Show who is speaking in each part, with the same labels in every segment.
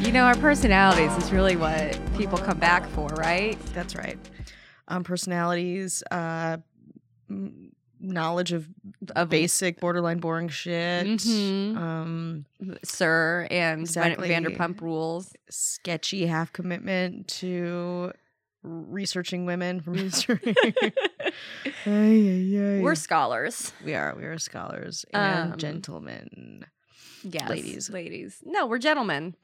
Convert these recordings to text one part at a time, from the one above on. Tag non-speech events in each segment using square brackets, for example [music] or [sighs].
Speaker 1: You know, our personalities is really what people come back for, right?
Speaker 2: That's right. Um, personalities, uh, m- knowledge of
Speaker 1: Of
Speaker 2: basic, borderline boring shit,
Speaker 1: Mhm.
Speaker 2: um,
Speaker 1: Sir and Van-
Speaker 2: Exactly.
Speaker 1: Vanderpump
Speaker 2: [laughs]
Speaker 1: Rules.
Speaker 2: sketchy half commitment to researching women from [laughs] history.
Speaker 1: We're
Speaker 2: We're
Speaker 1: scholars.
Speaker 2: we are we are scholars and
Speaker 1: Um,
Speaker 2: gentlemen.
Speaker 1: Yes.
Speaker 2: Ladies.
Speaker 1: Ladies. No, we're gentlemen.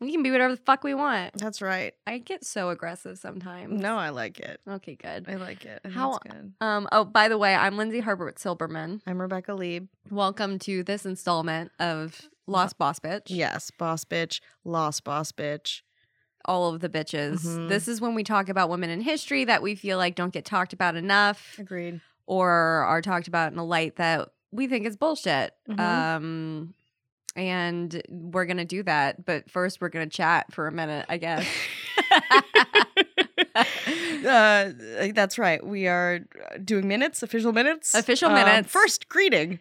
Speaker 1: We can be whatever the fuck we want.
Speaker 2: mm-hmm. That's right.
Speaker 1: I get so aggressive sometimes.
Speaker 2: No, I like it.
Speaker 1: Okay, good.
Speaker 2: I like it. I think
Speaker 1: How-
Speaker 2: it's good.
Speaker 1: Um, oh, by the way, I'm Lindsay Herbert Silberman.
Speaker 2: I'm Rebecca Lieb.
Speaker 1: Welcome to this installment of Lost Boss Bitch.
Speaker 2: Yes, boss bitch, lost boss bitch.
Speaker 1: All of the bitches.
Speaker 2: Mhm.
Speaker 1: This is when we talk about women in history that we feel like don't get talked about enough
Speaker 2: Agreed.
Speaker 1: or are talked about in a light that we think is bullshit.
Speaker 2: Mhm.
Speaker 1: Um, and we're going to do that. But first, we're going to chat for a minute, I guess.
Speaker 2: [laughs] Uh, that's right. We are doing minutes, official minutes.
Speaker 1: Official
Speaker 2: Um,
Speaker 1: minutes. [laughs]
Speaker 2: First greeting.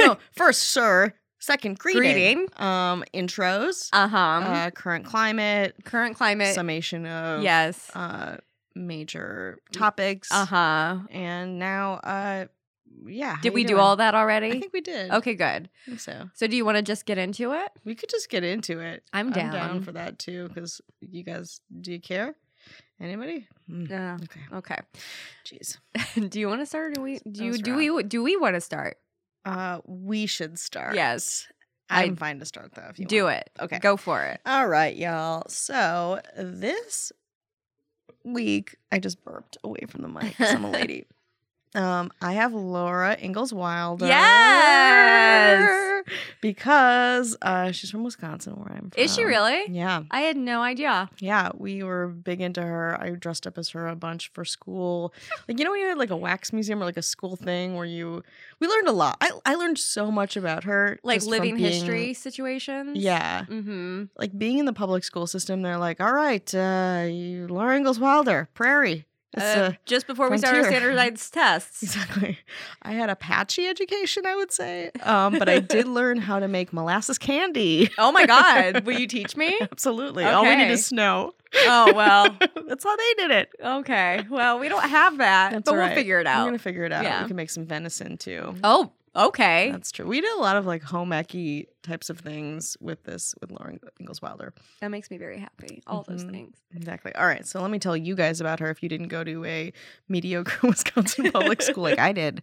Speaker 2: no, first sir. Second greeting.
Speaker 1: Greeting.
Speaker 2: Um, intros.
Speaker 1: uh-huh.
Speaker 2: uh, current climate.
Speaker 1: Current climate.
Speaker 2: summation of
Speaker 1: yes.
Speaker 2: uh, major topics.
Speaker 1: Uh huh.
Speaker 2: And now, uh, yeah. how
Speaker 1: Did
Speaker 2: you
Speaker 1: we do
Speaker 2: doing?
Speaker 1: all that already?
Speaker 2: I think we did.
Speaker 1: okay, good.
Speaker 2: I think So
Speaker 1: So, do you want to just get into it?
Speaker 2: we could just get into it.
Speaker 1: I'm
Speaker 2: I'm
Speaker 1: down.
Speaker 2: down for that too, because you guys, do you care? Anybody? Mm,
Speaker 1: Yeah.
Speaker 2: Okay.
Speaker 1: Okay. [laughs]
Speaker 2: Jeez.
Speaker 1: do you want to start? Or do we? Do you?
Speaker 2: was
Speaker 1: Do we? Do we want to start?
Speaker 2: Uh, we should start.
Speaker 1: Yes.
Speaker 2: I'm
Speaker 1: I-
Speaker 2: fine to start though. If you
Speaker 1: Do
Speaker 2: want.
Speaker 1: it.
Speaker 2: Okay.
Speaker 1: Go for it.
Speaker 2: All right, y'all. So this week, I just burped away from the mic 'cause
Speaker 1: [laughs]
Speaker 2: I'm a lady. Um, I have Laura Ingalls Wilder.
Speaker 1: Yes!
Speaker 2: Because uh, she's from Wisconsin, where I'm from.
Speaker 1: Is she really?
Speaker 2: Um, Yeah,
Speaker 1: I had no idea.
Speaker 2: yeah. We were big into her. I dressed up as her a bunch for school. Like you know, when you had like a wax museum or like a school thing where you, we learned a lot. I I learned so much about her,
Speaker 1: Like
Speaker 2: just from
Speaker 1: living
Speaker 2: being-
Speaker 1: history situations.
Speaker 2: Yeah,
Speaker 1: Mm-hmm.
Speaker 2: like being in the public school system, they're like, all right, uh, you, Laura Ingalls Wilder, Prairie. That's,
Speaker 1: Uh,
Speaker 2: uh,
Speaker 1: just before we start our
Speaker 2: frontier.
Speaker 1: standardized tests.
Speaker 2: [laughs] exactly. I had a patchy education, I would say, um, but I
Speaker 1: [laughs]
Speaker 2: did learn how to make molasses candy. [laughs]
Speaker 1: Oh my God! Will you teach me?
Speaker 2: Absolutely. All we need
Speaker 1: Okay.
Speaker 2: is snow. [laughs]
Speaker 1: Oh well.
Speaker 2: That's how they did it.
Speaker 1: Okay. Well, we don't have that,
Speaker 2: That's
Speaker 1: but
Speaker 2: right.
Speaker 1: we'll figure it
Speaker 2: We're
Speaker 1: out.
Speaker 2: gonna figure it out.
Speaker 1: Yeah.
Speaker 2: We can make some venison too.
Speaker 1: Oh, okay.
Speaker 2: That's true. We did a lot of like home ecky types of things with this with Laura Ingalls Wilder.
Speaker 1: That makes me very happy. All those
Speaker 2: Mhm.
Speaker 1: things.
Speaker 2: Exactly. All right. So let me tell you guys about her if you didn't go to a mediocre [laughs] Wisconsin public school like I did.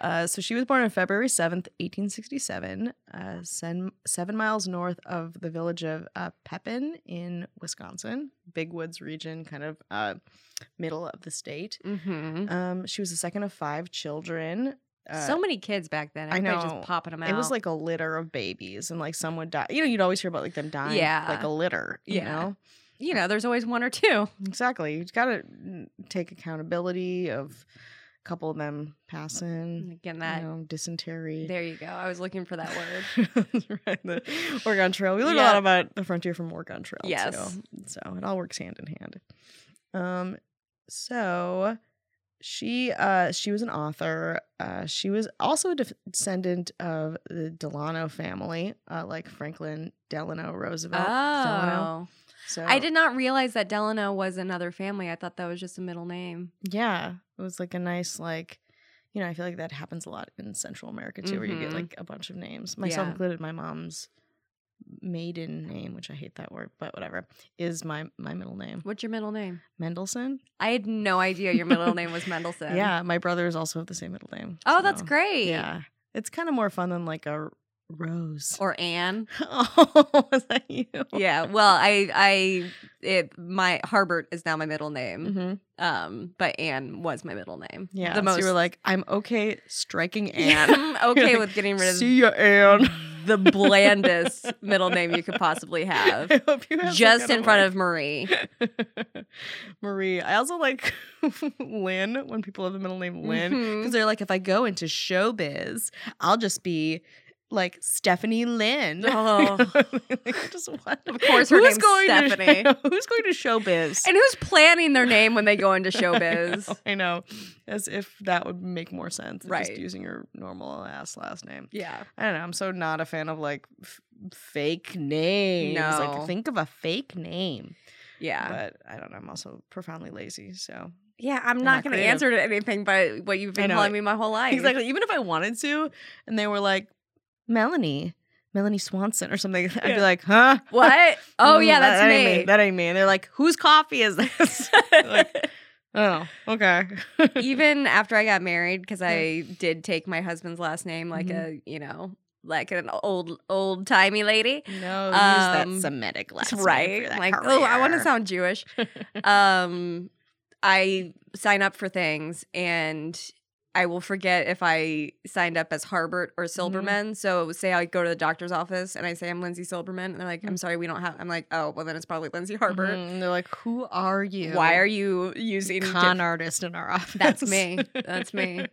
Speaker 2: Uh, so she was born on February 7th, 1867, uh, sen- seven miles north of the village of uh, Pepin in Wisconsin, Big Woods region, kind of uh, middle of the state.
Speaker 1: Mm-hmm.
Speaker 2: Um, she was the second of five children. Uh,
Speaker 1: so many kids back then.
Speaker 2: I
Speaker 1: Everybody
Speaker 2: know.
Speaker 1: just popping them out.
Speaker 2: it was like a litter of babies, and like some would die. You know, you'd always hear about like them dying,
Speaker 1: Yeah.
Speaker 2: like a litter. You
Speaker 1: Yeah.
Speaker 2: know,
Speaker 1: you know, there's always one or
Speaker 2: Mm,
Speaker 1: two.
Speaker 2: Exactly. You've got to take accountability of a couple of them passing,
Speaker 1: Again,
Speaker 2: you
Speaker 1: that.
Speaker 2: know, dysentery.
Speaker 1: There you go. I was looking for that
Speaker 2: [laughs]
Speaker 1: word.
Speaker 2: right, the Oregon Trail. We learned a
Speaker 1: Yeah.
Speaker 2: lot about the frontier from Oregon Trail.
Speaker 1: Yes.
Speaker 2: Too. So it all works hand in hand. Um, so she uh she was an author. Uh, she was also a def- descendant of the Delano family, uh, like Franklin Delano Roosevelt.
Speaker 1: Oh,
Speaker 2: Delano. So
Speaker 1: I did not realize that Delano was another family. I thought that was just a middle name.
Speaker 2: Yeah, it was like a nice like, you know, I feel like that happens a lot in Central America too, where you get
Speaker 1: Mhm.
Speaker 2: like a bunch of names, myself
Speaker 1: Yeah.
Speaker 2: included. My mom's maiden name, which I hate that word, but whatever, is my my middle name,
Speaker 1: What's your middle name?
Speaker 2: Mendelson.
Speaker 1: I had no idea your middle name was Mendelsohn.
Speaker 2: [laughs] Yeah, my brothers also have the same middle name.
Speaker 1: Oh, that's
Speaker 2: so,
Speaker 1: great.
Speaker 2: Yeah, it's kind of more fun than like a Rose.
Speaker 1: Or Anne.
Speaker 2: [laughs] oh, was that you? [laughs]
Speaker 1: Yeah. Well, I, I, it, my Harbert is now my middle name.
Speaker 2: hmm
Speaker 1: Um, but Anne was my middle name.
Speaker 2: Yeah,
Speaker 1: The
Speaker 2: the
Speaker 1: most.
Speaker 2: you were
Speaker 1: [laughs]
Speaker 2: like, I'm okay striking
Speaker 1: Yeah,
Speaker 2: [laughs] Anne.
Speaker 1: I'm okay
Speaker 2: like,
Speaker 1: with getting rid of
Speaker 2: See ya, Anne.
Speaker 1: the
Speaker 2: [laughs]
Speaker 1: blandest middle name you could possibly [laughs] have.
Speaker 2: I hope you have that
Speaker 1: Just
Speaker 2: kind
Speaker 1: in front
Speaker 2: work.
Speaker 1: of Marie.
Speaker 2: Marie. I also like [laughs] Lynn when people have the middle name [laughs] Lynn because [laughs]
Speaker 1: Mhm.
Speaker 2: they're like, if I go into showbiz, I'll just be like Stephanie Lynn.
Speaker 1: [laughs]
Speaker 2: [laughs]
Speaker 1: Oh.
Speaker 2: Like, just what?
Speaker 1: Of course her name's
Speaker 2: to-
Speaker 1: Stephanie.
Speaker 2: who's going to showbiz?
Speaker 1: And who's planning their name when they go into
Speaker 2: [laughs] I
Speaker 1: showbiz?
Speaker 2: know, I know, as if that would make more sense. than
Speaker 1: Right.
Speaker 2: just using your normal ass last name.
Speaker 1: Yeah.
Speaker 2: I don't know. I'm so not a fan of like f- fake names. Like
Speaker 1: No.
Speaker 2: think of a fake name.
Speaker 1: Yeah.
Speaker 2: But I don't know. I'm also profoundly lazy. So
Speaker 1: yeah, I'm
Speaker 2: not
Speaker 1: not going to
Speaker 2: creative.
Speaker 1: answer to anything but what you've
Speaker 2: I
Speaker 1: been
Speaker 2: know.
Speaker 1: telling me my whole
Speaker 2: [laughs]
Speaker 1: life.
Speaker 2: exactly. Even if I wanted to, and they were like, Melanie, Melanie Swanson or something, [laughs] I'd
Speaker 1: Yeah.
Speaker 2: be like, huh? [laughs]
Speaker 1: What? Oh,
Speaker 2: Mm,
Speaker 1: yeah, that's
Speaker 2: that
Speaker 1: me.
Speaker 2: Ain't me. That ain't me. And they're like, whose coffee is this? Like- oh, okay. [laughs]
Speaker 1: Even after I got married, because I did take my husband's last name like
Speaker 2: Mhm.
Speaker 1: a, you know, like an old, old timey lady.
Speaker 2: No,
Speaker 1: Um,
Speaker 2: use that Semitic last name for
Speaker 1: right.
Speaker 2: that
Speaker 1: Like, oh, I want to
Speaker 2: career."
Speaker 1: sound Jewish.
Speaker 2: [laughs]
Speaker 1: um, I sign up for things and I will forget if I signed up as Harbert or
Speaker 2: Mm-hmm.
Speaker 1: Silberman. So say I go to the doctor's office and I say I'm Lindsay Silberman, and they're like,
Speaker 2: Mm.
Speaker 1: "I'm sorry, we don't have." I'm like, "Oh, well then it's probably Lindsay Harbert.
Speaker 2: Mhm. And they're like, who are Mm-hmm. you?
Speaker 1: Why are you using diff-
Speaker 2: con artist in our office?
Speaker 1: That's me. That's
Speaker 2: [laughs]
Speaker 1: me.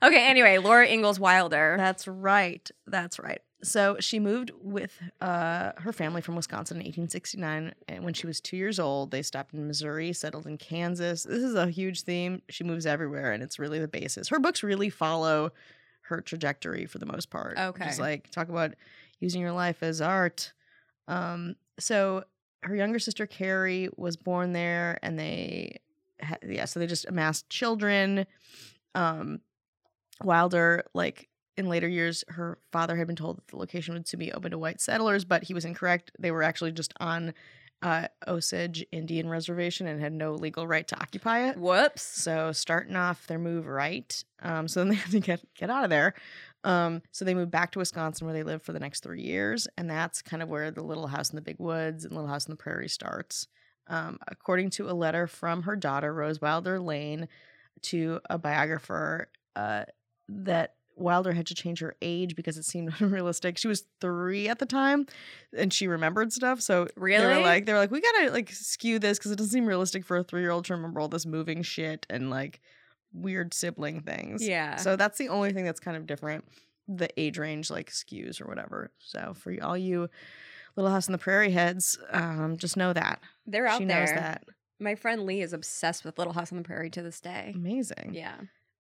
Speaker 1: Okay. Anyway, Laura Ingalls Wilder.
Speaker 2: That's right. That's right. So she moved with uh, her family from Wisconsin in 1869. And when she was two years old, they stopped in Missouri, settled in Kansas. This is a huge theme. She moves everywhere, and it's really the basis. Her books really follow her trajectory for the most part. Just
Speaker 1: Okay.
Speaker 2: like talk about using your life as art. Um, so her younger sister Carrie was born there, and they, ha- yeah, so they just amassed children. Um, Wilder, like in later years, her father had been told that the location would soon be open to white settlers, but he was incorrect. They were actually just on uh, Osage Indian Reservation and had no legal right to occupy it.
Speaker 1: Whoops.
Speaker 2: So starting off their move right, um, so then they [laughs] had to get get out of there. Um, so they moved back to Wisconsin where they lived for the next three years, and that's kind of where the Little House in the Big Woods and Little House in the Prairie starts. Um, according to a letter from her daughter Rose Wilder Lane to a biographer, uh, that Wilder had to change her age because it seemed [laughs] unrealistic. She was three at the time, and she remembered stuff. So they
Speaker 1: Really?
Speaker 2: were like, they were like, we gotta like skew this because it doesn't seem realistic for a three year old to remember all this moving shit and like weird sibling things.
Speaker 1: Yeah.
Speaker 2: So that's the only thing that's kind of different. The age range like skews or whatever. So for all you Little House on the Prairie heads, um, just know that
Speaker 1: They're out
Speaker 2: she
Speaker 1: there.
Speaker 2: knows that.
Speaker 1: My friend Lee is obsessed with Little House on the Prairie to this day.
Speaker 2: Mm-hmm. Amazing.
Speaker 1: Yeah.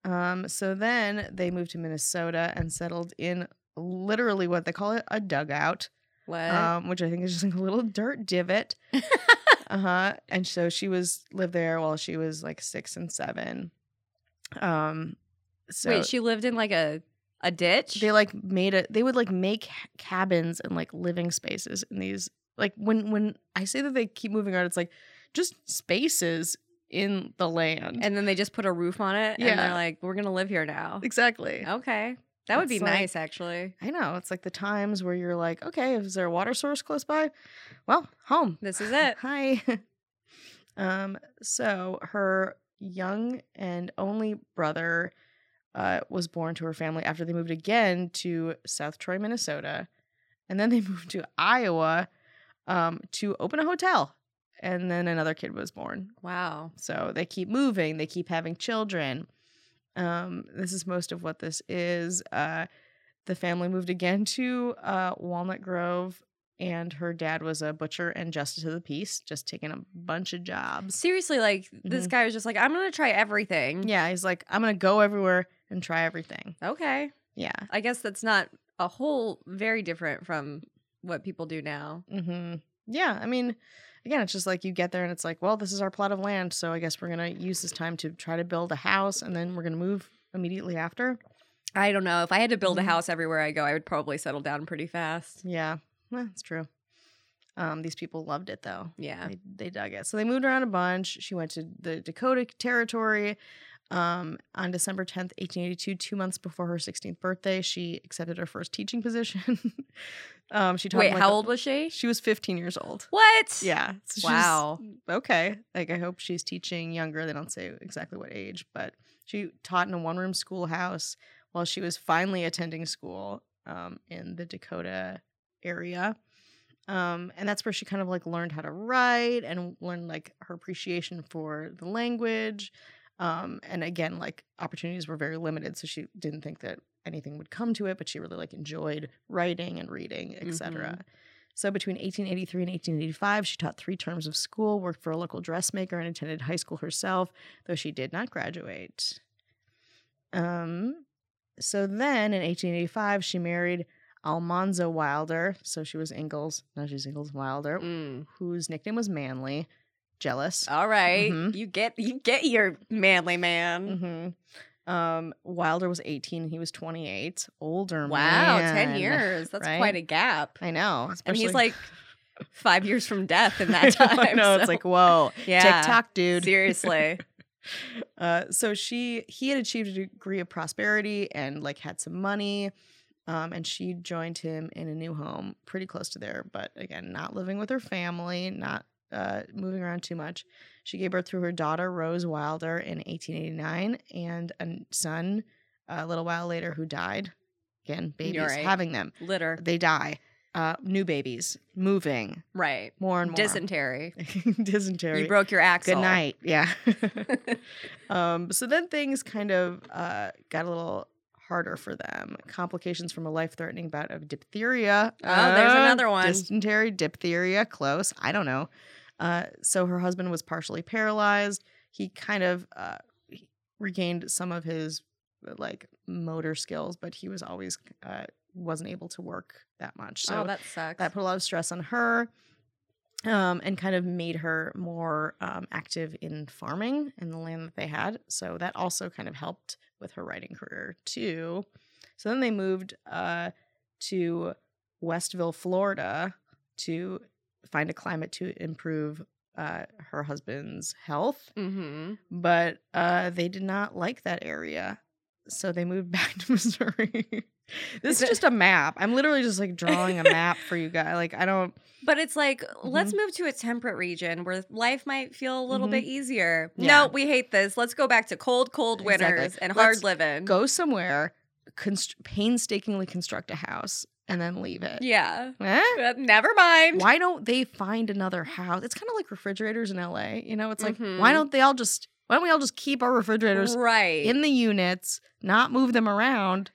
Speaker 2: Um, so then they moved to Minnesota and settled in literally what they call it a dugout,
Speaker 1: What?
Speaker 2: um, which I think is just like a little
Speaker 1: [laughs]
Speaker 2: dirt divot. uh huh. And so she was lived there while she was like six and seven. Um, so
Speaker 1: Wait, she lived in like a a ditch.
Speaker 2: they like made it. They would like make ha- cabins and like living spaces in these. Like when when I say that they keep moving around, it's like just spaces in the land.
Speaker 1: and then they just put a roof on it. And
Speaker 2: Yeah.
Speaker 1: they're like, we're gonna live here
Speaker 2: [laughs]
Speaker 1: now.
Speaker 2: exactly.
Speaker 1: Okay. That would be
Speaker 2: It's like-
Speaker 1: nice, actually.
Speaker 2: I know. It's like the times where you're like, okay, is there a water source close by? Well, home.
Speaker 1: This is
Speaker 2: [laughs]
Speaker 1: it.
Speaker 2: Hi. um, so her young and only brother uh, was born to her family after they moved again to South Troy, Minnesota. And then they [laughs] moved to Iowa um, to open a hotel. And then another kid was born.
Speaker 1: Wow.
Speaker 2: So they keep moving, they keep having children. Um, this is most of what this is. Uh, the family moved again to uh, Walnut Grove, and her dad was a butcher and justice of the peace, just taking a bunch of jobs.
Speaker 1: Seriously, like this guy was just like, I'm gonna try everything.
Speaker 2: Mm-hmm. Yeah, he's like, I'm gonna go everywhere and try everything.
Speaker 1: Okay.
Speaker 2: Yeah.
Speaker 1: I guess that's not a whole very different from what people do now.
Speaker 2: hmm Yeah. I mean, again, it's just like you get there and it's like, well, this is our plot of land. So I guess we're gonna use this time to try to build a house and then we're gonna move immediately after.
Speaker 1: I don't know. If I had to build
Speaker 2: Mhm.
Speaker 1: a house everywhere I go, I would probably settle down pretty fast.
Speaker 2: Yeah, well, that's true. Um, these people loved it though.
Speaker 1: Yeah.
Speaker 2: They, they dug it. So they moved around a bunch. She went to the Dakota Territory. Um, on December 10th, 1882, two months before her 16th birthday, she accepted her first teaching position. [laughs] um, she taught
Speaker 1: Wait,
Speaker 2: in, like,
Speaker 1: how
Speaker 2: a-
Speaker 1: old was she?
Speaker 2: She was 15 years old.
Speaker 1: What?
Speaker 2: Yeah. So she's-
Speaker 1: Wow.
Speaker 2: okay. Like I hope she's teaching younger. They don't say exactly what age, but she taught in a one-room schoolhouse while she was finally attending school um, in the Dakota area. Um, and that's where she kind of like learned how to write and learned like her appreciation for the language. Um, and again, like opportunities were very limited, so she didn't think that anything would come to it, but she really like enjoyed writing and reading, etc. cetera. So between 1883 and 1885, she taught three terms of school, worked for a local dressmaker, and attended high school herself, though she did not graduate. Um, so then in 1885, she married Almanza Wilder. So she was Ingalls. Now she's Ingalls Wilder,
Speaker 1: Mm. Oh.
Speaker 2: whose nickname was Manly. Jealous.
Speaker 1: All right.
Speaker 2: Mhm.
Speaker 1: you get you get your manly man.
Speaker 2: Mm-hmm. Um, Wilder was 18 and he was 28. Older
Speaker 1: Wow, ten
Speaker 2: man. [laughs]
Speaker 1: years. That's
Speaker 2: right?
Speaker 1: quite a gap.
Speaker 2: I know.
Speaker 1: and he's
Speaker 2: especially- [laughs]
Speaker 1: like five years from death in that
Speaker 2: I know,
Speaker 1: time.
Speaker 2: No,
Speaker 1: so-
Speaker 2: it's like, whoa.
Speaker 1: [laughs] yeah,
Speaker 2: TikTok, dude. [laughs]
Speaker 1: Seriously.
Speaker 2: Uh, so she he had achieved a degree of prosperity and like had some money, um, and she joined him in a new home pretty close to there, but again, not living with her family, not uh, moving around too much. She gave birth to her daughter Rose Wilder in 1889 and a son a little while later who died. Again, babies
Speaker 1: right.
Speaker 2: having them,
Speaker 1: Litter.
Speaker 2: they die. Uh, new babies moving
Speaker 1: Right.
Speaker 2: more and more.
Speaker 1: Dysentery.
Speaker 2: [laughs] Dysentery.
Speaker 1: You broke your axle.
Speaker 2: Good night. Yeah. [laughs]
Speaker 1: [laughs]
Speaker 2: Um, so then things kind of uh, got a little harder for them. Complications from a life threatening bout of diphtheria. Uh,
Speaker 1: Oh, there's another one.
Speaker 2: Dysentery, diphtheria, close. I don't know. Uh, so her husband was partially paralyzed. He kind of uh, he regained some of his uh, like motor skills, but he was always uh, wasn't able to work that much. So
Speaker 1: oh, that sucks.
Speaker 2: that put a lot of stress on her um, and kind of made her more um, active in farming and the land that they had. So that also kind of helped with her writing career too. So then they moved uh, to Westville, Florida to find a climate to improve uh, her husband's health.
Speaker 1: mm-hmm.
Speaker 2: But uh, they did not like that area. So they moved [laughs] back to Missouri.
Speaker 1: Is
Speaker 2: this is
Speaker 1: it-
Speaker 2: just a map. I'm literally just like drawing a map for you guys. Like,
Speaker 1: [laughs]
Speaker 2: I don't.
Speaker 1: But it's like,
Speaker 2: Mm-hmm.
Speaker 1: let's move to a temperate region where life might feel a little bit easier.
Speaker 2: Yeah.
Speaker 1: No, we hate this. Let's go back to cold, cold
Speaker 2: Exactly.
Speaker 1: winters and
Speaker 2: Let's
Speaker 1: hard living.
Speaker 2: go somewhere, const- painstakingly construct a house, and then leave it.
Speaker 1: [laughs] Yeah.
Speaker 2: Eh?
Speaker 1: Uh, Never mind.
Speaker 2: Why don't they find another house? It's kind of like refrigerators in LA. You know, it's like why
Speaker 1: Mhm.
Speaker 2: don't they all just why don't we all just keep our refrigerators
Speaker 1: Right.
Speaker 2: in the units, not move them around,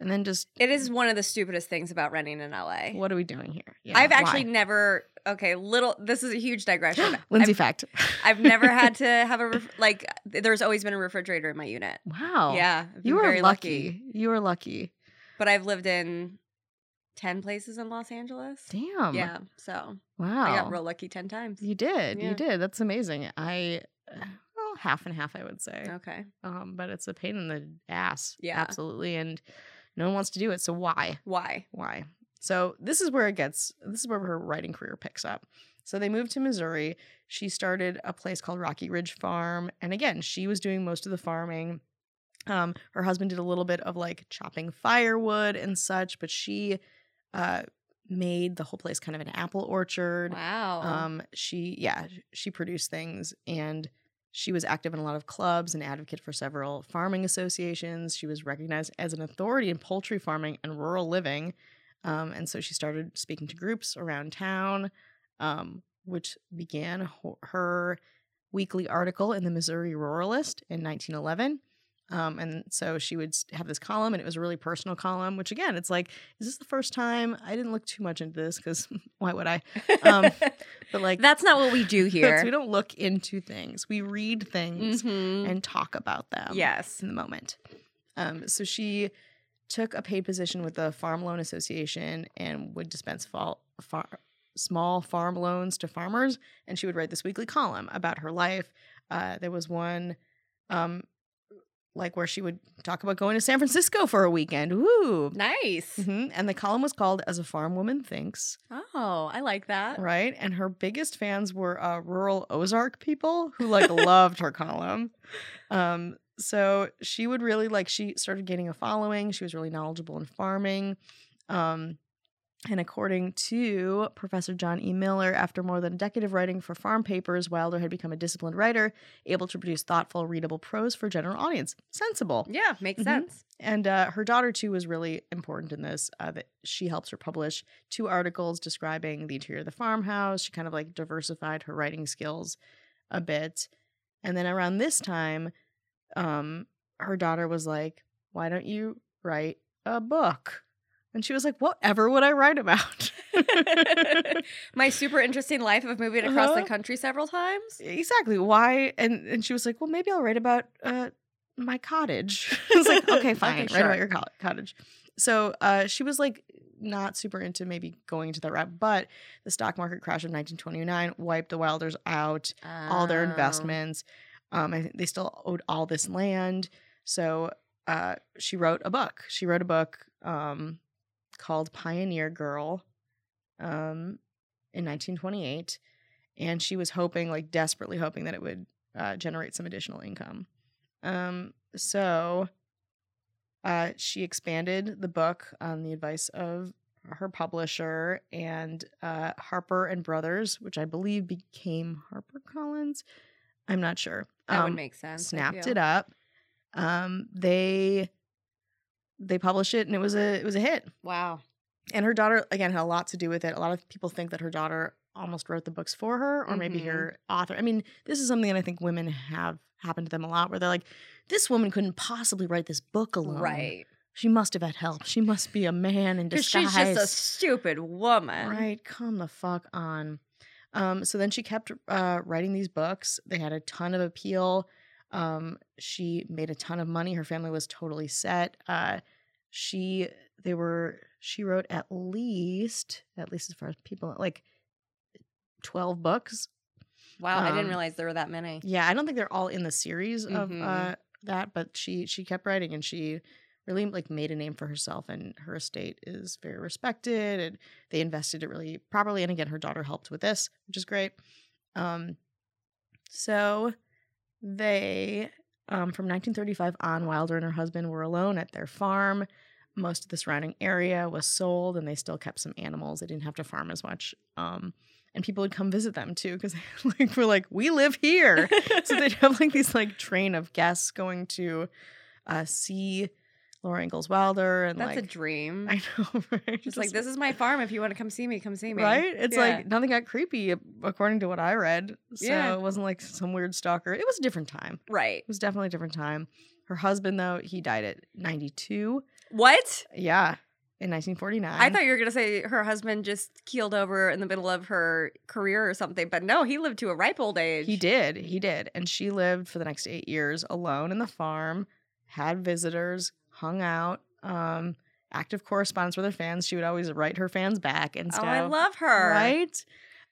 Speaker 2: and then just
Speaker 1: it is one of the stupidest things about renting in LA.
Speaker 2: what are we doing here? Yeah,
Speaker 1: Eh. I've actually
Speaker 2: [gasps] why?
Speaker 1: never. Okay, little. This is a huge digression.
Speaker 2: [gasps] Lindsay
Speaker 1: I've,
Speaker 2: fact.
Speaker 1: I've
Speaker 2: [laughs]
Speaker 1: never had to have a ref- like. There's always been a refrigerator in my unit.
Speaker 2: wow.
Speaker 1: Yeah, I've been
Speaker 2: Oh, you were
Speaker 1: very
Speaker 2: lucky. You were lucky.
Speaker 1: But I've lived in ten places in Los Angeles.
Speaker 2: Damn.
Speaker 1: Yeah, so
Speaker 2: Wow.
Speaker 1: I got real lucky ten times.
Speaker 2: you did.
Speaker 1: Yeah.
Speaker 2: You did. That's amazing. I well, half and half, I would say.
Speaker 1: Okay,
Speaker 2: um, but it's a pain in the ass.
Speaker 1: Yeah.
Speaker 2: absolutely, and no one wants to do it. So why?
Speaker 1: why?
Speaker 2: Why? So this is where it gets. This is where her writing career picks up. So they moved to Missouri. She started a place called Rocky Ridge Farm, and again, she was doing most of the farming. Um, her husband did a little bit of like chopping firewood and such, but she uh, made the whole place kind of an apple orchard.
Speaker 1: Wow. [laughs]
Speaker 2: Um, she yeah, she produced things and she was active in a lot of clubs and advocate for several farming associations. She was recognized as an authority in poultry farming and rural living. Um, and so she started speaking to groups around town, um, which began ho- her weekly article in the Missouri Ruralist in 1911. Um, and so she would s- have this column, and it was a really personal column, which again, it's like, is this the first time? I didn't look too much into this because [laughs] why would I? um, But
Speaker 1: [laughs]
Speaker 2: like,
Speaker 1: that's not what we do
Speaker 2: [laughs] that's-
Speaker 1: here.
Speaker 2: we don't look into things. We read things
Speaker 1: Mhm.
Speaker 2: and um, talk about them.
Speaker 1: Yes.
Speaker 2: In the moment. Um, so she took a paid position with the Farm Loan Association and would dispense fall, far, small farm loans to farmers. And she would write this weekly column about her life. Uh, there was one um, like where she would talk about going to San Francisco for a weekend. Woo!
Speaker 1: Nice.
Speaker 2: Mhm. And the column was called As a Farm Woman Thinks.
Speaker 1: Oh, I like that.
Speaker 2: Mm-hmm. Right. And her biggest fans were uh, rural Ozark people who like loved her column. Um, so she would really like, she started gaining a following. She was really knowledgeable in farming. Um, and according to Professor John E. Miller, after more than a decade of writing for farm papers, Wilder had become a disciplined writer, able to produce thoughtful, readable prose for a general audience. Sensible.
Speaker 1: Yeah, makes
Speaker 2: Mhm.
Speaker 1: sense.
Speaker 2: And uh, her daughter, too, was really important in this. Uh, that she helps her publish two articles describing the interior of the farmhouse. She kind of like diversified her writing skills a bit. And then around this time, um, her daughter was like, Why don't you write a book? And she was like, Whatever would I write about?
Speaker 1: My super interesting life of moving across the
Speaker 2: Uh-huh.
Speaker 1: country several times.
Speaker 2: exactly. Why? And, and she was like, Well, maybe I'll write about uh, my cottage. [laughs] I was like, Okay,
Speaker 1: [laughs] Okay,
Speaker 2: fine. Write
Speaker 1: sure.
Speaker 2: about your col- cottage. So uh, she was like, not super into maybe going into that route, but the stock market crash of 1929 wiped the Wilders out, all their
Speaker 1: Oh.
Speaker 2: investments. Um, I think they still owed all this land. So uh, she wrote a book. She wrote a book um, called Pioneer Girl um, in 1928. And she was hoping, like desperately hoping, that it would uh, generate some additional income. Um, so uh, she expanded the book on the advice of her publisher and uh, Harper and Brothers, which I believe became HarperCollins. I'm not sure.
Speaker 1: That would
Speaker 2: Um,
Speaker 1: make sense.
Speaker 2: snapped it up. Um, they they published it and it was a it was a hit.
Speaker 1: Wow.
Speaker 2: And her daughter again had a lot to do with it. A lot of people think that her daughter almost wrote the books for her, or maybe
Speaker 1: Mhm.
Speaker 2: her author. I mean, this is something that I think women have happened to them a lot, where they're like, "This woman couldn't possibly write this book alone.
Speaker 1: Right.
Speaker 2: She must have had help. She must be a man in
Speaker 1: Because
Speaker 2: disguise."
Speaker 1: she's just a stupid woman.
Speaker 2: Right, come the fuck on. Um, so then she kept uh, writing these books. They had a ton of appeal. Um, she made a ton of money. Her family was totally set. Uh, she they were she wrote at least at least as far as people like twelve books.
Speaker 1: Wow. I
Speaker 2: Um,
Speaker 1: didn't realize there were that many.
Speaker 2: Yeah, I don't think they're all in the series
Speaker 1: Mhm.
Speaker 2: of uh, that, but she she kept writing and she really like made a name for herself and her estate is very respected and they invested it really properly and again her daughter helped with this which is great um so they um from 1935 on wilder and her husband were alone at their farm most of the surrounding area was sold and they still kept some animals they didn't have to farm as much um and people would come visit them too because [laughs] they like were like we live
Speaker 1: [laughs]
Speaker 2: here so they'd have like these like train of guests going to uh, see Laura Ingalls Wilder and
Speaker 1: That's
Speaker 2: like
Speaker 1: a dream.
Speaker 2: [laughs] I know, right?
Speaker 1: Just like this is my farm. If you want to come see me, come see me.
Speaker 2: right? It's
Speaker 1: Yeah.
Speaker 2: like nothing got creepy according to what I read. So
Speaker 1: Yeah.
Speaker 2: it wasn't like some weird stalker. It was a different time.
Speaker 1: right.
Speaker 2: It was definitely a different time. Her husband though, he died at 92.
Speaker 1: What?
Speaker 2: Yeah. In 1949.
Speaker 1: I thought you were gonna say her husband just keeled over in the middle of her career or something, but no, he lived to a ripe old age.
Speaker 2: He did. He did. And she lived for the next eight years alone in the farm, had visitors, hung out, um, active correspondence with her fans. She would always write her fans back and
Speaker 1: Oh,
Speaker 2: stuff.
Speaker 1: I love her.
Speaker 2: Right?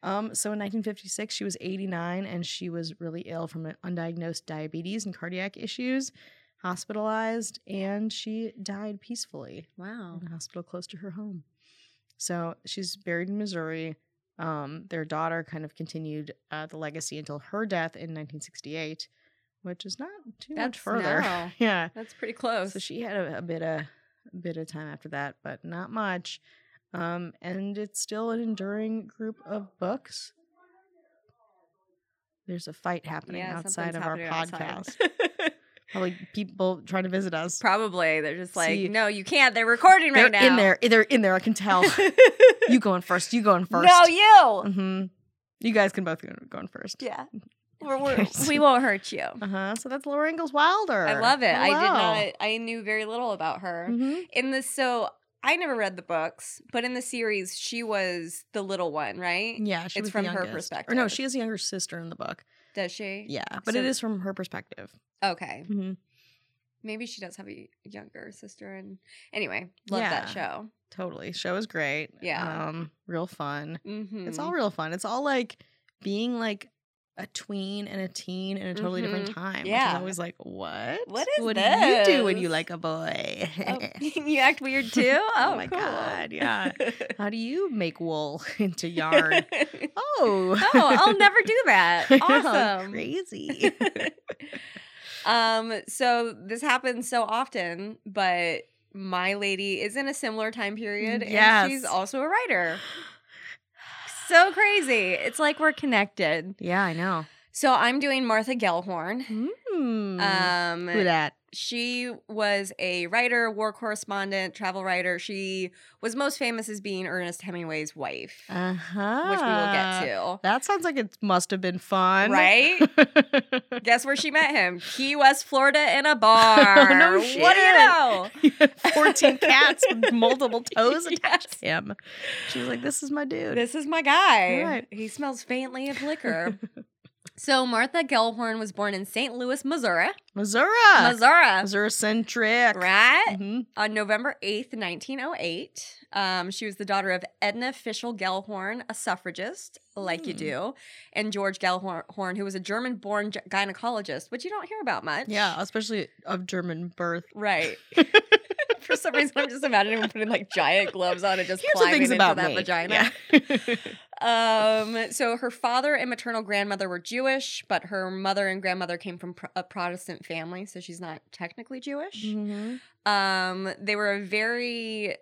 Speaker 2: Um, so in 1956, she was 89 and she was really ill from an undiagnosed diabetes and cardiac issues, hospitalized, and she died peacefully
Speaker 1: Wow.
Speaker 2: in a hospital close to her home. So she's buried in Missouri. Um, their daughter kind of continued uh, the legacy until her death in 1968, which is not too much
Speaker 1: That's
Speaker 2: further.
Speaker 1: no.
Speaker 2: [laughs] yeah.
Speaker 1: That's pretty close.
Speaker 2: So she had a, a bit of a bit of time after that, but not much. Um, and it's still an enduring group of books. There's a fight happening
Speaker 1: Yeah,
Speaker 2: outside
Speaker 1: something's
Speaker 2: of our
Speaker 1: happening outside.
Speaker 2: podcast. Probably people trying to visit us.
Speaker 1: [laughs] Probably they're just like,
Speaker 2: See-
Speaker 1: no, you can't. They're recording
Speaker 2: They're
Speaker 1: right now.
Speaker 2: in there. They're in there. I
Speaker 1: [laughs]
Speaker 2: can tell. you going first. You going first.
Speaker 1: No, you.
Speaker 2: hmm You guys can both go go in first. [laughs]
Speaker 1: Yeah. We're, we're, we won't hurt you.
Speaker 2: Uh huh. So that's Laura Ingalls Wilder.
Speaker 1: I love it. I did not. I knew very little about her.
Speaker 2: hmm
Speaker 1: In the so I never read the books, but in the series, she was the little one, right?
Speaker 2: Yeah, she
Speaker 1: It's
Speaker 2: was the
Speaker 1: from her
Speaker 2: youngest. Or no,
Speaker 1: perspective.
Speaker 2: she has a younger sister in the book.
Speaker 1: Does she?
Speaker 2: Yeah, but it
Speaker 1: So-
Speaker 2: is from her perspective.
Speaker 1: Okay.
Speaker 2: Mm-hmm.
Speaker 1: Maybe she does have a younger sister. And anyway, love
Speaker 2: Yeah.
Speaker 1: that show.
Speaker 2: Totally. Show is great.
Speaker 1: Yeah.
Speaker 2: Um, real fun.
Speaker 1: Mm-hmm.
Speaker 2: It's all real fun. It's all like being like a tween and a teen in a totally different time. Which is
Speaker 1: Mm-hmm. Yeah.
Speaker 2: always like, what?
Speaker 1: What is
Speaker 2: What do you do when you
Speaker 1: this?
Speaker 2: like a boy?
Speaker 1: Oh, [laughs] you act weird too.
Speaker 2: Oh
Speaker 1: Oh,
Speaker 2: my
Speaker 1: cool. [laughs]
Speaker 2: God, yeah. [laughs] How do you make wool [laughs] into yarn? Oh.
Speaker 1: [laughs] oh, I'll
Speaker 2: [laughs]
Speaker 1: never do that.
Speaker 2: I know,
Speaker 1: Awesome. [laughs]
Speaker 2: Crazy.
Speaker 1: um, so this happens so often, but my lady is in a similar time period,
Speaker 2: Yes.
Speaker 1: and she's also a
Speaker 2: [sighs]
Speaker 1: writer. So crazy! It's like we're connected.
Speaker 2: yeah, I know.
Speaker 1: So I'm doing Martha Gellhorn.
Speaker 2: Mm.
Speaker 1: Um,
Speaker 2: Who that?
Speaker 1: she was a writer, war correspondent, travel writer. She was most famous as being Ernest Hemingway's wife,
Speaker 2: Uh huh.
Speaker 1: which we will get to.
Speaker 2: Uh-huh. That sounds like it must have been Ah, fun. [laughs]
Speaker 1: Right? Guess where she met him? Key West, Florida, in a
Speaker 2: [laughs]
Speaker 1: bar.
Speaker 2: Oh, No
Speaker 1: What do
Speaker 2: shit.
Speaker 1: you know?
Speaker 2: 14 cats
Speaker 1: [laughs]
Speaker 2: with multiple toes
Speaker 1: Yes.
Speaker 2: attached to him. She was like, This is my dude.
Speaker 1: This is my guy.
Speaker 2: Right. [laughs]
Speaker 1: He smells faintly of liquor. So Martha Gellhorn was born in St. Louis, Missouri.
Speaker 2: Missouri.
Speaker 1: Missouri.
Speaker 2: Missouri centric.
Speaker 1: Right?
Speaker 2: hmm
Speaker 1: On November 8th, 1908, um, she was the daughter of Edna Fischel Gellhorn, a suffragist, like you
Speaker 2: Hmm.
Speaker 1: do, and George Gellhorn, who was a German born gynecologist, which you don't hear about much.
Speaker 2: Yeah, especially of German birth.
Speaker 1: [laughs] Right. For some reason, I'm just imagining him putting like giant gloves on and just
Speaker 2: Here's the
Speaker 1: climbing
Speaker 2: things
Speaker 1: into
Speaker 2: about
Speaker 1: that
Speaker 2: me.
Speaker 1: vagina.
Speaker 2: Yeah. [laughs]
Speaker 1: Um, so her father and maternal grandmother were Jewish, but her mother and grandmother came from pro- a Protestant family, so she's not technically Jewish. [laughs]
Speaker 2: Mhm.
Speaker 1: Um, they were a very,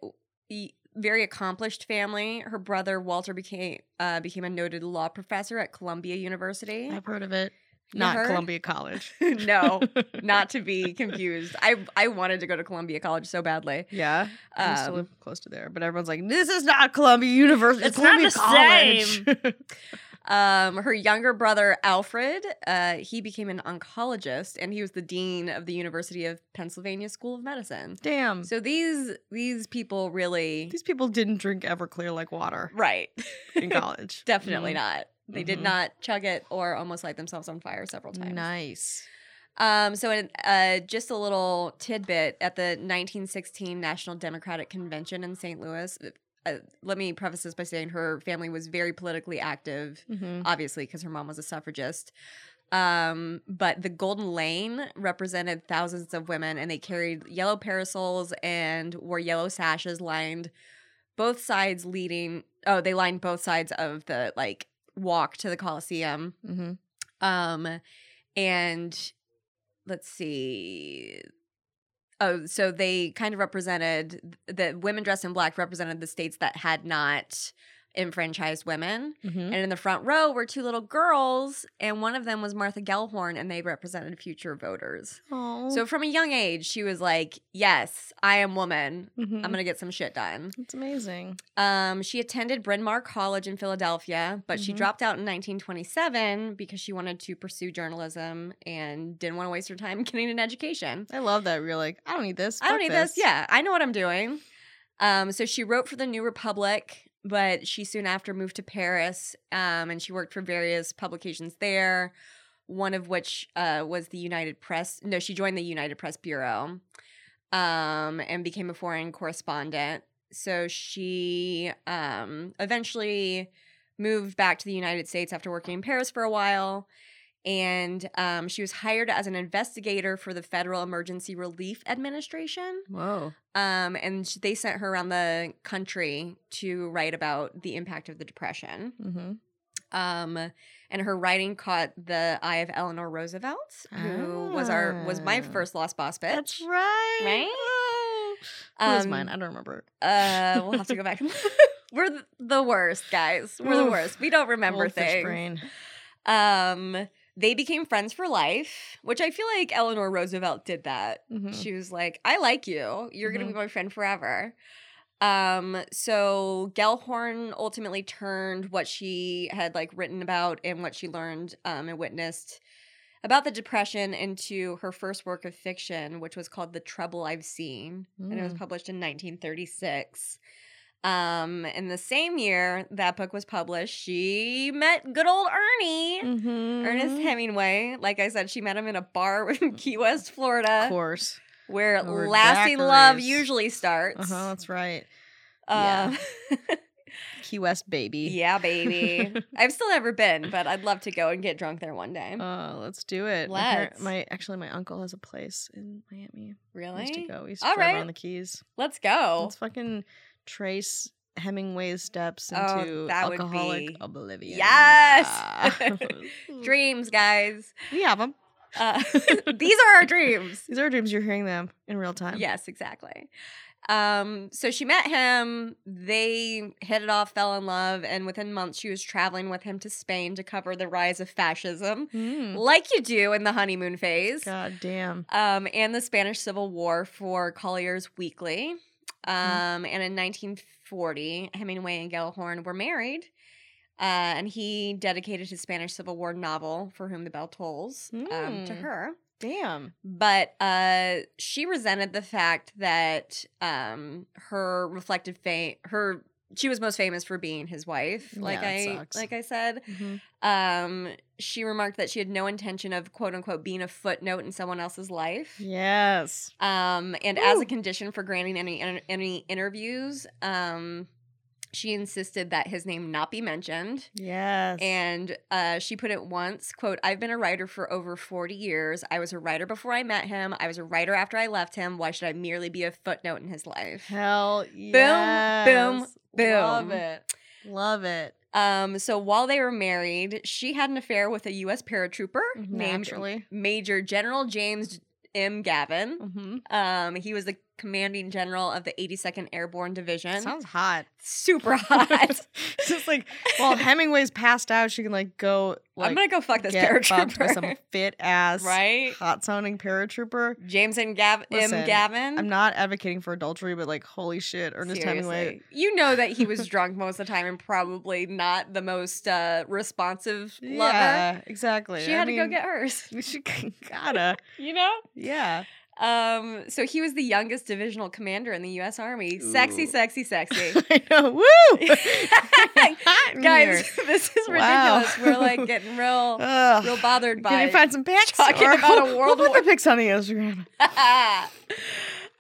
Speaker 1: e- very accomplished family. Her brother Walter became uh, became a noted law professor at Columbia University.
Speaker 2: I've heard of it.
Speaker 1: You
Speaker 2: Not
Speaker 1: heard?
Speaker 2: Columbia College.
Speaker 1: [laughs]
Speaker 2: [laughs]
Speaker 1: no, not to [laughs] be confused. I I wanted to go to Columbia College so badly.
Speaker 2: Yeah. I used to
Speaker 1: Um,
Speaker 2: live close to there, but everyone's like, "This is not Columbia University.
Speaker 1: It's not
Speaker 2: Columbia
Speaker 1: the
Speaker 2: College."
Speaker 1: Um, her younger brother Alfred, uh, he became an oncologist, and he was the dean of the University of Pennsylvania School of Medicine.
Speaker 2: [laughs] Damn,
Speaker 1: So these these people really
Speaker 2: Mm. these people didn't drink Everclear like water
Speaker 1: right, [laughs]
Speaker 2: in college.
Speaker 1: definitely not. They did
Speaker 2: Mhm.
Speaker 1: not chug it or almost light themselves on fire several times.
Speaker 2: Nice.
Speaker 1: Um, so, in, uh, just a little tidbit at the 1916 National Democratic Convention in St. Louis. Uh, let me preface this by saying her family was very politically active
Speaker 2: Mm-hmm.
Speaker 1: obviously because her mom was a suffragist um but the golden lane represented thousands of women and they carried yellow parasols and wore yellow sashes lined both sides leading oh they lined both sides of the like walk to the coliseum
Speaker 2: Mm-hmm.
Speaker 1: um and let's see oh so they kind of represented the women dressed in black represented the states that had not enfranchised women
Speaker 2: Mm-hmm.
Speaker 1: and in the front row were two little girls, and one of them was Martha Gellhorn, and they represented future voters.
Speaker 2: Oh.
Speaker 1: So from a young age, she was like, Yes, I am woman. I'm gonna get some shit done.
Speaker 2: It's Mm-hmm. amazing.
Speaker 1: Um, she attended Bryn Mawr College in Philadelphia, but she
Speaker 2: Mhm.
Speaker 1: dropped out in 1927 because she wanted to pursue journalism and didn't want to waste her time [laughs] getting an education.
Speaker 2: I love that. You're like, I don't need this.
Speaker 1: I don't
Speaker 2: Fuck
Speaker 1: need this. Yeah, I know what I'm doing. Um, so she wrote for the New Republic, but she soon after moved to Paris, um, and she worked for various publications there. One of which uh, was the United Press. No, she joined the United Press Bureau, um, and became a foreign correspondent. So she um, eventually moved back to the United States after working in Paris for a while. And um, she was hired as an investigator for the Federal Emergency Relief Administration.
Speaker 2: Whoa.
Speaker 1: Um, and sh- they sent her around the country to write about the impact of the Depression.
Speaker 2: Mm-hmm.
Speaker 1: Um, and her writing caught the eye of Eleanor Roosevelt, who was our was my
Speaker 2: Ah.
Speaker 1: first lost boss bitch.
Speaker 2: That's right.
Speaker 1: Right?
Speaker 2: Oh. Who was
Speaker 1: Um,
Speaker 2: mine? Oh. I don't remember.
Speaker 1: uh, we'll have to go back. [laughs] and- We're th- the worst, guys. We're the
Speaker 2: Oof.
Speaker 1: worst. We don't remember
Speaker 2: Goldfish
Speaker 1: things.
Speaker 2: brain.
Speaker 1: Um, they became friends for life, which I feel like Eleanor Roosevelt did that.
Speaker 2: Mhm.
Speaker 1: She was like, I like you. You're going
Speaker 2: Mhm.
Speaker 1: to be my friend forever. Um, so Gellhorn ultimately turned what she had like written about and what she learned um, and witnessed about the depression into her first work of fiction, which was called The Trouble I've Seen. And it was
Speaker 2: Mm.
Speaker 1: published in 1936. Um, and the same year that book was published, she met good old Ernie. Ernest
Speaker 2: Mhm.
Speaker 1: Hemingway, like I said, she met him in a bar [laughs] in Key West, Florida,
Speaker 2: Of course.
Speaker 1: where
Speaker 2: Where
Speaker 1: lasting love
Speaker 2: daiquiris-
Speaker 1: usually starts.
Speaker 2: Uh-huh, that's right. [laughs]
Speaker 1: Um,
Speaker 2: Key West baby.
Speaker 1: yeah,
Speaker 2: [laughs]
Speaker 1: baby. I've still never been, but I'd love to go and get drunk there one day.
Speaker 2: Oh, let's do it. My, par-
Speaker 1: Let's.
Speaker 2: my actually my uncle has a place in Miami. I used to
Speaker 1: really?
Speaker 2: go. We used to
Speaker 1: All
Speaker 2: drive
Speaker 1: right. Oh.
Speaker 2: on the keys.
Speaker 1: Let's go.
Speaker 2: Let's fucking trace Hemingway's steps
Speaker 1: Oh,
Speaker 2: into
Speaker 1: that would
Speaker 2: alcoholic
Speaker 1: be-
Speaker 2: oblivion.
Speaker 1: Yes! [laughs]
Speaker 2: [laughs] Dream-
Speaker 1: dreams, guys.
Speaker 2: we have them. [laughs]
Speaker 1: Uh, [laughs] these are our dreams.
Speaker 2: These are dreams. You're hearing them in real time.
Speaker 1: Yes, exactly. Um, so she met him. They hit it off, fell in love, and within months she was traveling with him to Spain to cover the rise of fascism,
Speaker 2: Mm.
Speaker 1: like you do in the honeymoon phase,
Speaker 2: God damn.
Speaker 1: um, and the Spanish Civil War for Collier's Weekly.
Speaker 2: Mm-hmm.
Speaker 1: Um, And in 1940, Hemingway and Gellhorn were married. Uh, and he dedicated his Spanish Civil War novel, For Whom the Bell Tolls, um, to
Speaker 2: Mm.
Speaker 1: her
Speaker 2: Damn.
Speaker 1: but uh she resented the fact that um her reflective fame her she was most famous for being his wife, like
Speaker 2: Yeah,
Speaker 1: I
Speaker 2: it sucks.
Speaker 1: like I said.
Speaker 2: Mm-hmm.
Speaker 1: Um, she remarked that she had no intention of quote unquote being a footnote in someone else's life.
Speaker 2: Yes.
Speaker 1: Um, and as
Speaker 2: Woo.
Speaker 1: a condition for granting any any interviews, um, she insisted that his name not be mentioned.
Speaker 2: Yes.
Speaker 1: And uh, she put it once, quote, I've been a writer for over 40 years. I was a writer before I met him. I was a writer after I left him. Why should I merely be a footnote in his life?
Speaker 2: hell yes.
Speaker 1: boom, boom.
Speaker 2: Love it. Love it.
Speaker 1: Um, so while they were married, she had an affair with a U.S. paratrooper named
Speaker 2: Mm-hmm. Naturally.
Speaker 1: Major General James M. Gavin.
Speaker 2: Mm-hmm.
Speaker 1: Um, he was the commanding general of the 82nd Airborne Division.
Speaker 2: Sounds hot.
Speaker 1: super hot.
Speaker 2: [laughs] it's just like, well, Hemingway's passed out. She can like go like
Speaker 1: I'm gonna go fuck this
Speaker 2: get fucked by
Speaker 1: paratrooper,
Speaker 2: [laughs] some fit ass,
Speaker 1: right?
Speaker 2: hot sounding paratrooper.
Speaker 1: James and Gav-
Speaker 2: Listen,
Speaker 1: M. Gavin.
Speaker 2: I'm not advocating for adultery, but like, holy shit, Ernest Hemingway.
Speaker 1: Seriously. You know that he
Speaker 2: [laughs]
Speaker 1: was drunk most of the time and probably not the most uh, responsive lover.
Speaker 2: Yeah, exactly.
Speaker 1: She
Speaker 2: I
Speaker 1: had to go
Speaker 2: mean, [laughs]
Speaker 1: get hers.
Speaker 2: She gotta.
Speaker 1: [laughs] You know. [laughs]
Speaker 2: Yeah. [laughs]
Speaker 1: Um. So he was the youngest divisional commander in the U.S. Army. Sexy,
Speaker 2: Ooh.
Speaker 1: sexy,
Speaker 2: [laughs]
Speaker 1: sexy.
Speaker 2: I know.
Speaker 1: [laughs]
Speaker 2: Woo! [laughs] Hot in
Speaker 1: Guys, [laughs]
Speaker 2: here.
Speaker 1: this is ridiculous.
Speaker 2: Wow.
Speaker 1: We're
Speaker 2: [laughs]
Speaker 1: like getting real,
Speaker 2: Ugh.
Speaker 1: real bothered by.
Speaker 2: Can you find some pics?
Speaker 1: talking about a
Speaker 2: we'll
Speaker 1: world
Speaker 2: put
Speaker 1: war.
Speaker 2: the pics on
Speaker 1: [laughs]
Speaker 2: the Instagram.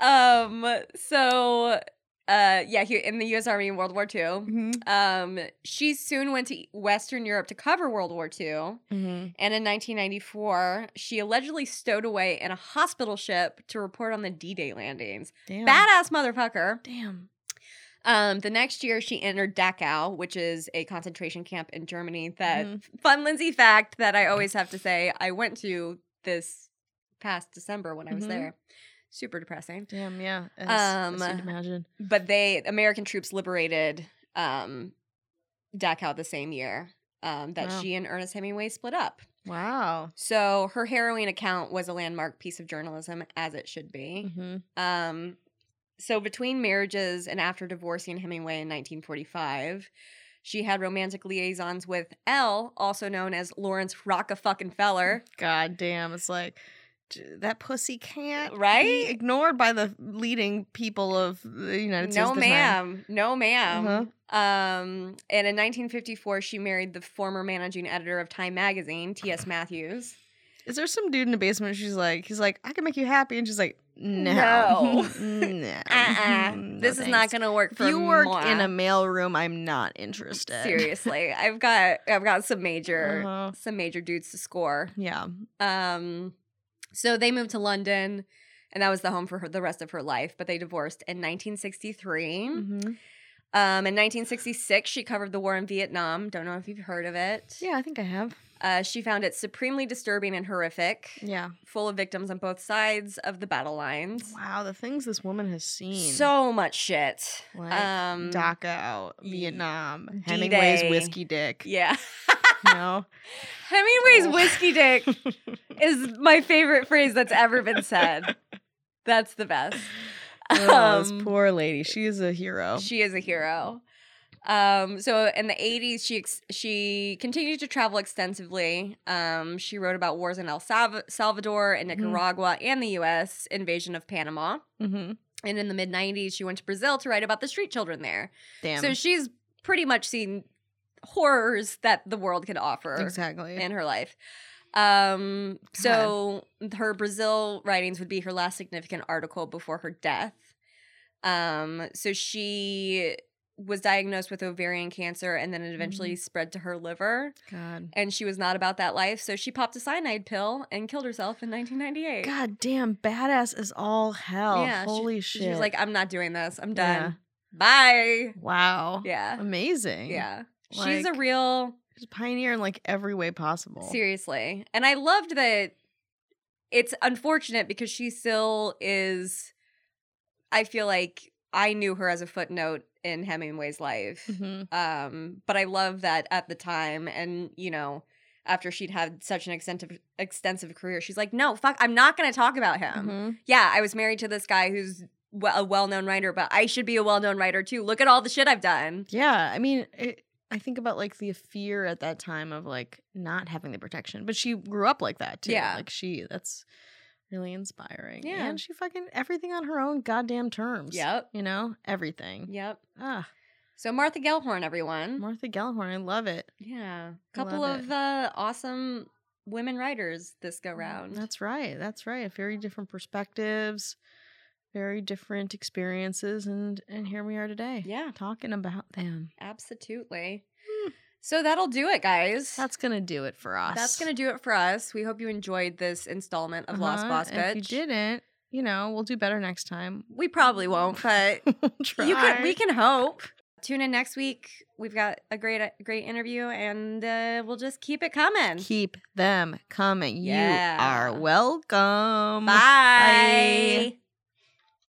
Speaker 1: um so uh yeah he, in the US Army in World War II
Speaker 2: Mm-hmm.
Speaker 1: um she soon went to Western Europe to cover World War II and
Speaker 2: Mhm.
Speaker 1: in 1994 she allegedly stowed away in a hospital ship to report on the D-Day landings
Speaker 2: Damn.
Speaker 1: badass motherfucker
Speaker 2: Damn.
Speaker 1: um the next year she entered Dachau which is a concentration camp in Germany that
Speaker 2: Mhm.
Speaker 1: fun Lindsay fact that I always have to say I went to this past December when I was
Speaker 2: Mhm.
Speaker 1: there super depressing
Speaker 2: Damn. Yeah. As, as
Speaker 1: Um,
Speaker 2: you'd imagine.
Speaker 1: but they American troops liberated um Dachau the same year um, that
Speaker 2: Wow.
Speaker 1: she and Ernest Hemingway split up.
Speaker 2: Wow.
Speaker 1: So her harrowing account was a landmark piece of journalism, as it should be.
Speaker 2: Mm-hmm.
Speaker 1: Um, so between marriages and after divorcing Hemingway in 1945, she had romantic liaisons with L, also known as Lawrence Rockefeller.
Speaker 2: God damn. It's like j- that pussy can't
Speaker 1: Right?
Speaker 2: be ignored by the leading people of the United States.
Speaker 1: No,
Speaker 2: at the time.
Speaker 1: ma'am. No, madam
Speaker 2: Uh-huh.
Speaker 1: Um, and in 1954, she married the former managing editor of Time Magazine,
Speaker 2: [sighs]
Speaker 1: T.S. Matthews.
Speaker 2: Is there some dude in the basement? She's like, he's like, I can make you happy, and she's like, no,
Speaker 1: No.
Speaker 2: [laughs]
Speaker 1: [laughs]
Speaker 2: no,
Speaker 1: Uh-uh.
Speaker 2: Hmm, [laughs] No
Speaker 1: this is not
Speaker 2: thanks.
Speaker 1: going to work for
Speaker 2: If you work
Speaker 1: moi.
Speaker 2: in a mail room, I'm not interested.
Speaker 1: seriously. I've got I've got some major
Speaker 2: Uh-huh.
Speaker 1: some major dudes to score.
Speaker 2: Yeah.
Speaker 1: Um, so they moved to London, and that was the home for her, the rest of her life. But they divorced in 1963.
Speaker 2: Mm-hmm.
Speaker 1: Um, in 1966, she covered the war in Vietnam. Don't know if you've heard of it.
Speaker 2: Yeah, I think I have.
Speaker 1: Uh, she found it supremely disturbing and horrific,
Speaker 2: Yeah.
Speaker 1: full of victims on both sides of the battle lines.
Speaker 2: Wow, the things this woman has seen.
Speaker 1: So much shit.
Speaker 2: like
Speaker 1: um,
Speaker 2: DACA out,
Speaker 1: y-
Speaker 2: Vietnam, Hemingway's
Speaker 1: D-Day.
Speaker 2: whiskey dick.
Speaker 1: Yeah. [laughs]
Speaker 2: You know?
Speaker 1: Hemingway's
Speaker 2: Oh.
Speaker 1: whiskey dick is my favorite phrase that's ever been said. That's the best.
Speaker 2: oh, this
Speaker 1: Um,
Speaker 2: poor lady. She is a hero.
Speaker 1: She is a hero. Um, so in the 80s, she ex- she continued to travel extensively. Um, she wrote about wars in El Salv- Salvador and
Speaker 2: Mhm.
Speaker 1: Nicaragua and the U.S. invasion of Panama.
Speaker 2: Mhm.
Speaker 1: And in the mid 90s, she went to Brazil to write about the street children there.
Speaker 2: Damn.
Speaker 1: So she's pretty much seen horrors that the world could offer
Speaker 2: exactly.
Speaker 1: in her life. Um, so her Brazil writings would be her last significant article before her death. Um, so she was diagnosed with ovarian cancer and then it
Speaker 2: Mm-hmm.
Speaker 1: eventually spread to her liver.
Speaker 2: God.
Speaker 1: And she was not about that life. So she popped a cyanide pill and killed herself in 1998.
Speaker 2: God damn, badass is all hell.
Speaker 1: Yeah, she-
Speaker 2: Holy
Speaker 1: She
Speaker 2: shit.
Speaker 1: was like, I'm not doing this. I'm
Speaker 2: Yeah.
Speaker 1: done. Bye.
Speaker 2: Wow.
Speaker 1: Yeah.
Speaker 2: Amazing.
Speaker 1: Yeah. She's a
Speaker 2: Like-
Speaker 1: real
Speaker 2: She's a pioneer in like every way possible.
Speaker 1: Seriously. And I loved that it's unfortunate because she still is I feel like I knew her as a footnote in Hemingway's life.
Speaker 2: Mhm.
Speaker 1: Um but I love that at the time and you know after she'd had such an extensive extensive career she's like no fuck I'm not going to talk about him.
Speaker 2: Mhm.
Speaker 1: Yeah, I was married to this guy who's we- a well-known writer but I should be a well-known writer too. Look at all the shit I've done.
Speaker 2: Yeah. I mean, it, I think about like the fear at that time of like not having the protection, but she grew up like that too.
Speaker 1: Yeah.
Speaker 2: Like she, that's really inspiring.
Speaker 1: Yeah.
Speaker 2: And she fucking everything on her own goddamn terms.
Speaker 1: Yep.
Speaker 2: Mm-hmm. You know, everything.
Speaker 1: Yep.
Speaker 2: Ah,
Speaker 1: So Martha Gellhorn, everyone.
Speaker 2: Martha Gellhorn, I love it.
Speaker 1: yeah.
Speaker 2: I love
Speaker 1: Couple of
Speaker 2: it.
Speaker 1: uh, awesome women writers this go round.
Speaker 2: That's right. That's right. Very different perspectives, very different experiences, and and here we are today.
Speaker 1: yeah,
Speaker 2: Talking about them.
Speaker 1: absolutely.
Speaker 2: Hmm.
Speaker 1: So that'll do it, guys.
Speaker 2: That's gonna do it for us.
Speaker 1: That's gonna do it for us. We hope you enjoyed this installment of Lost
Speaker 2: Uh-huh,
Speaker 1: Boss
Speaker 2: and
Speaker 1: Bitch.
Speaker 2: If you didn't, you know, we'll do better next time. [laughs]
Speaker 1: We probably won't, but
Speaker 2: we'll
Speaker 1: you could, we
Speaker 2: try.
Speaker 1: can hope. Tune in next week. We've got a great great interview, and uh, we'll just keep it coming.
Speaker 2: keep them coming.
Speaker 1: Yeah.
Speaker 2: You are welcome.
Speaker 1: Bye.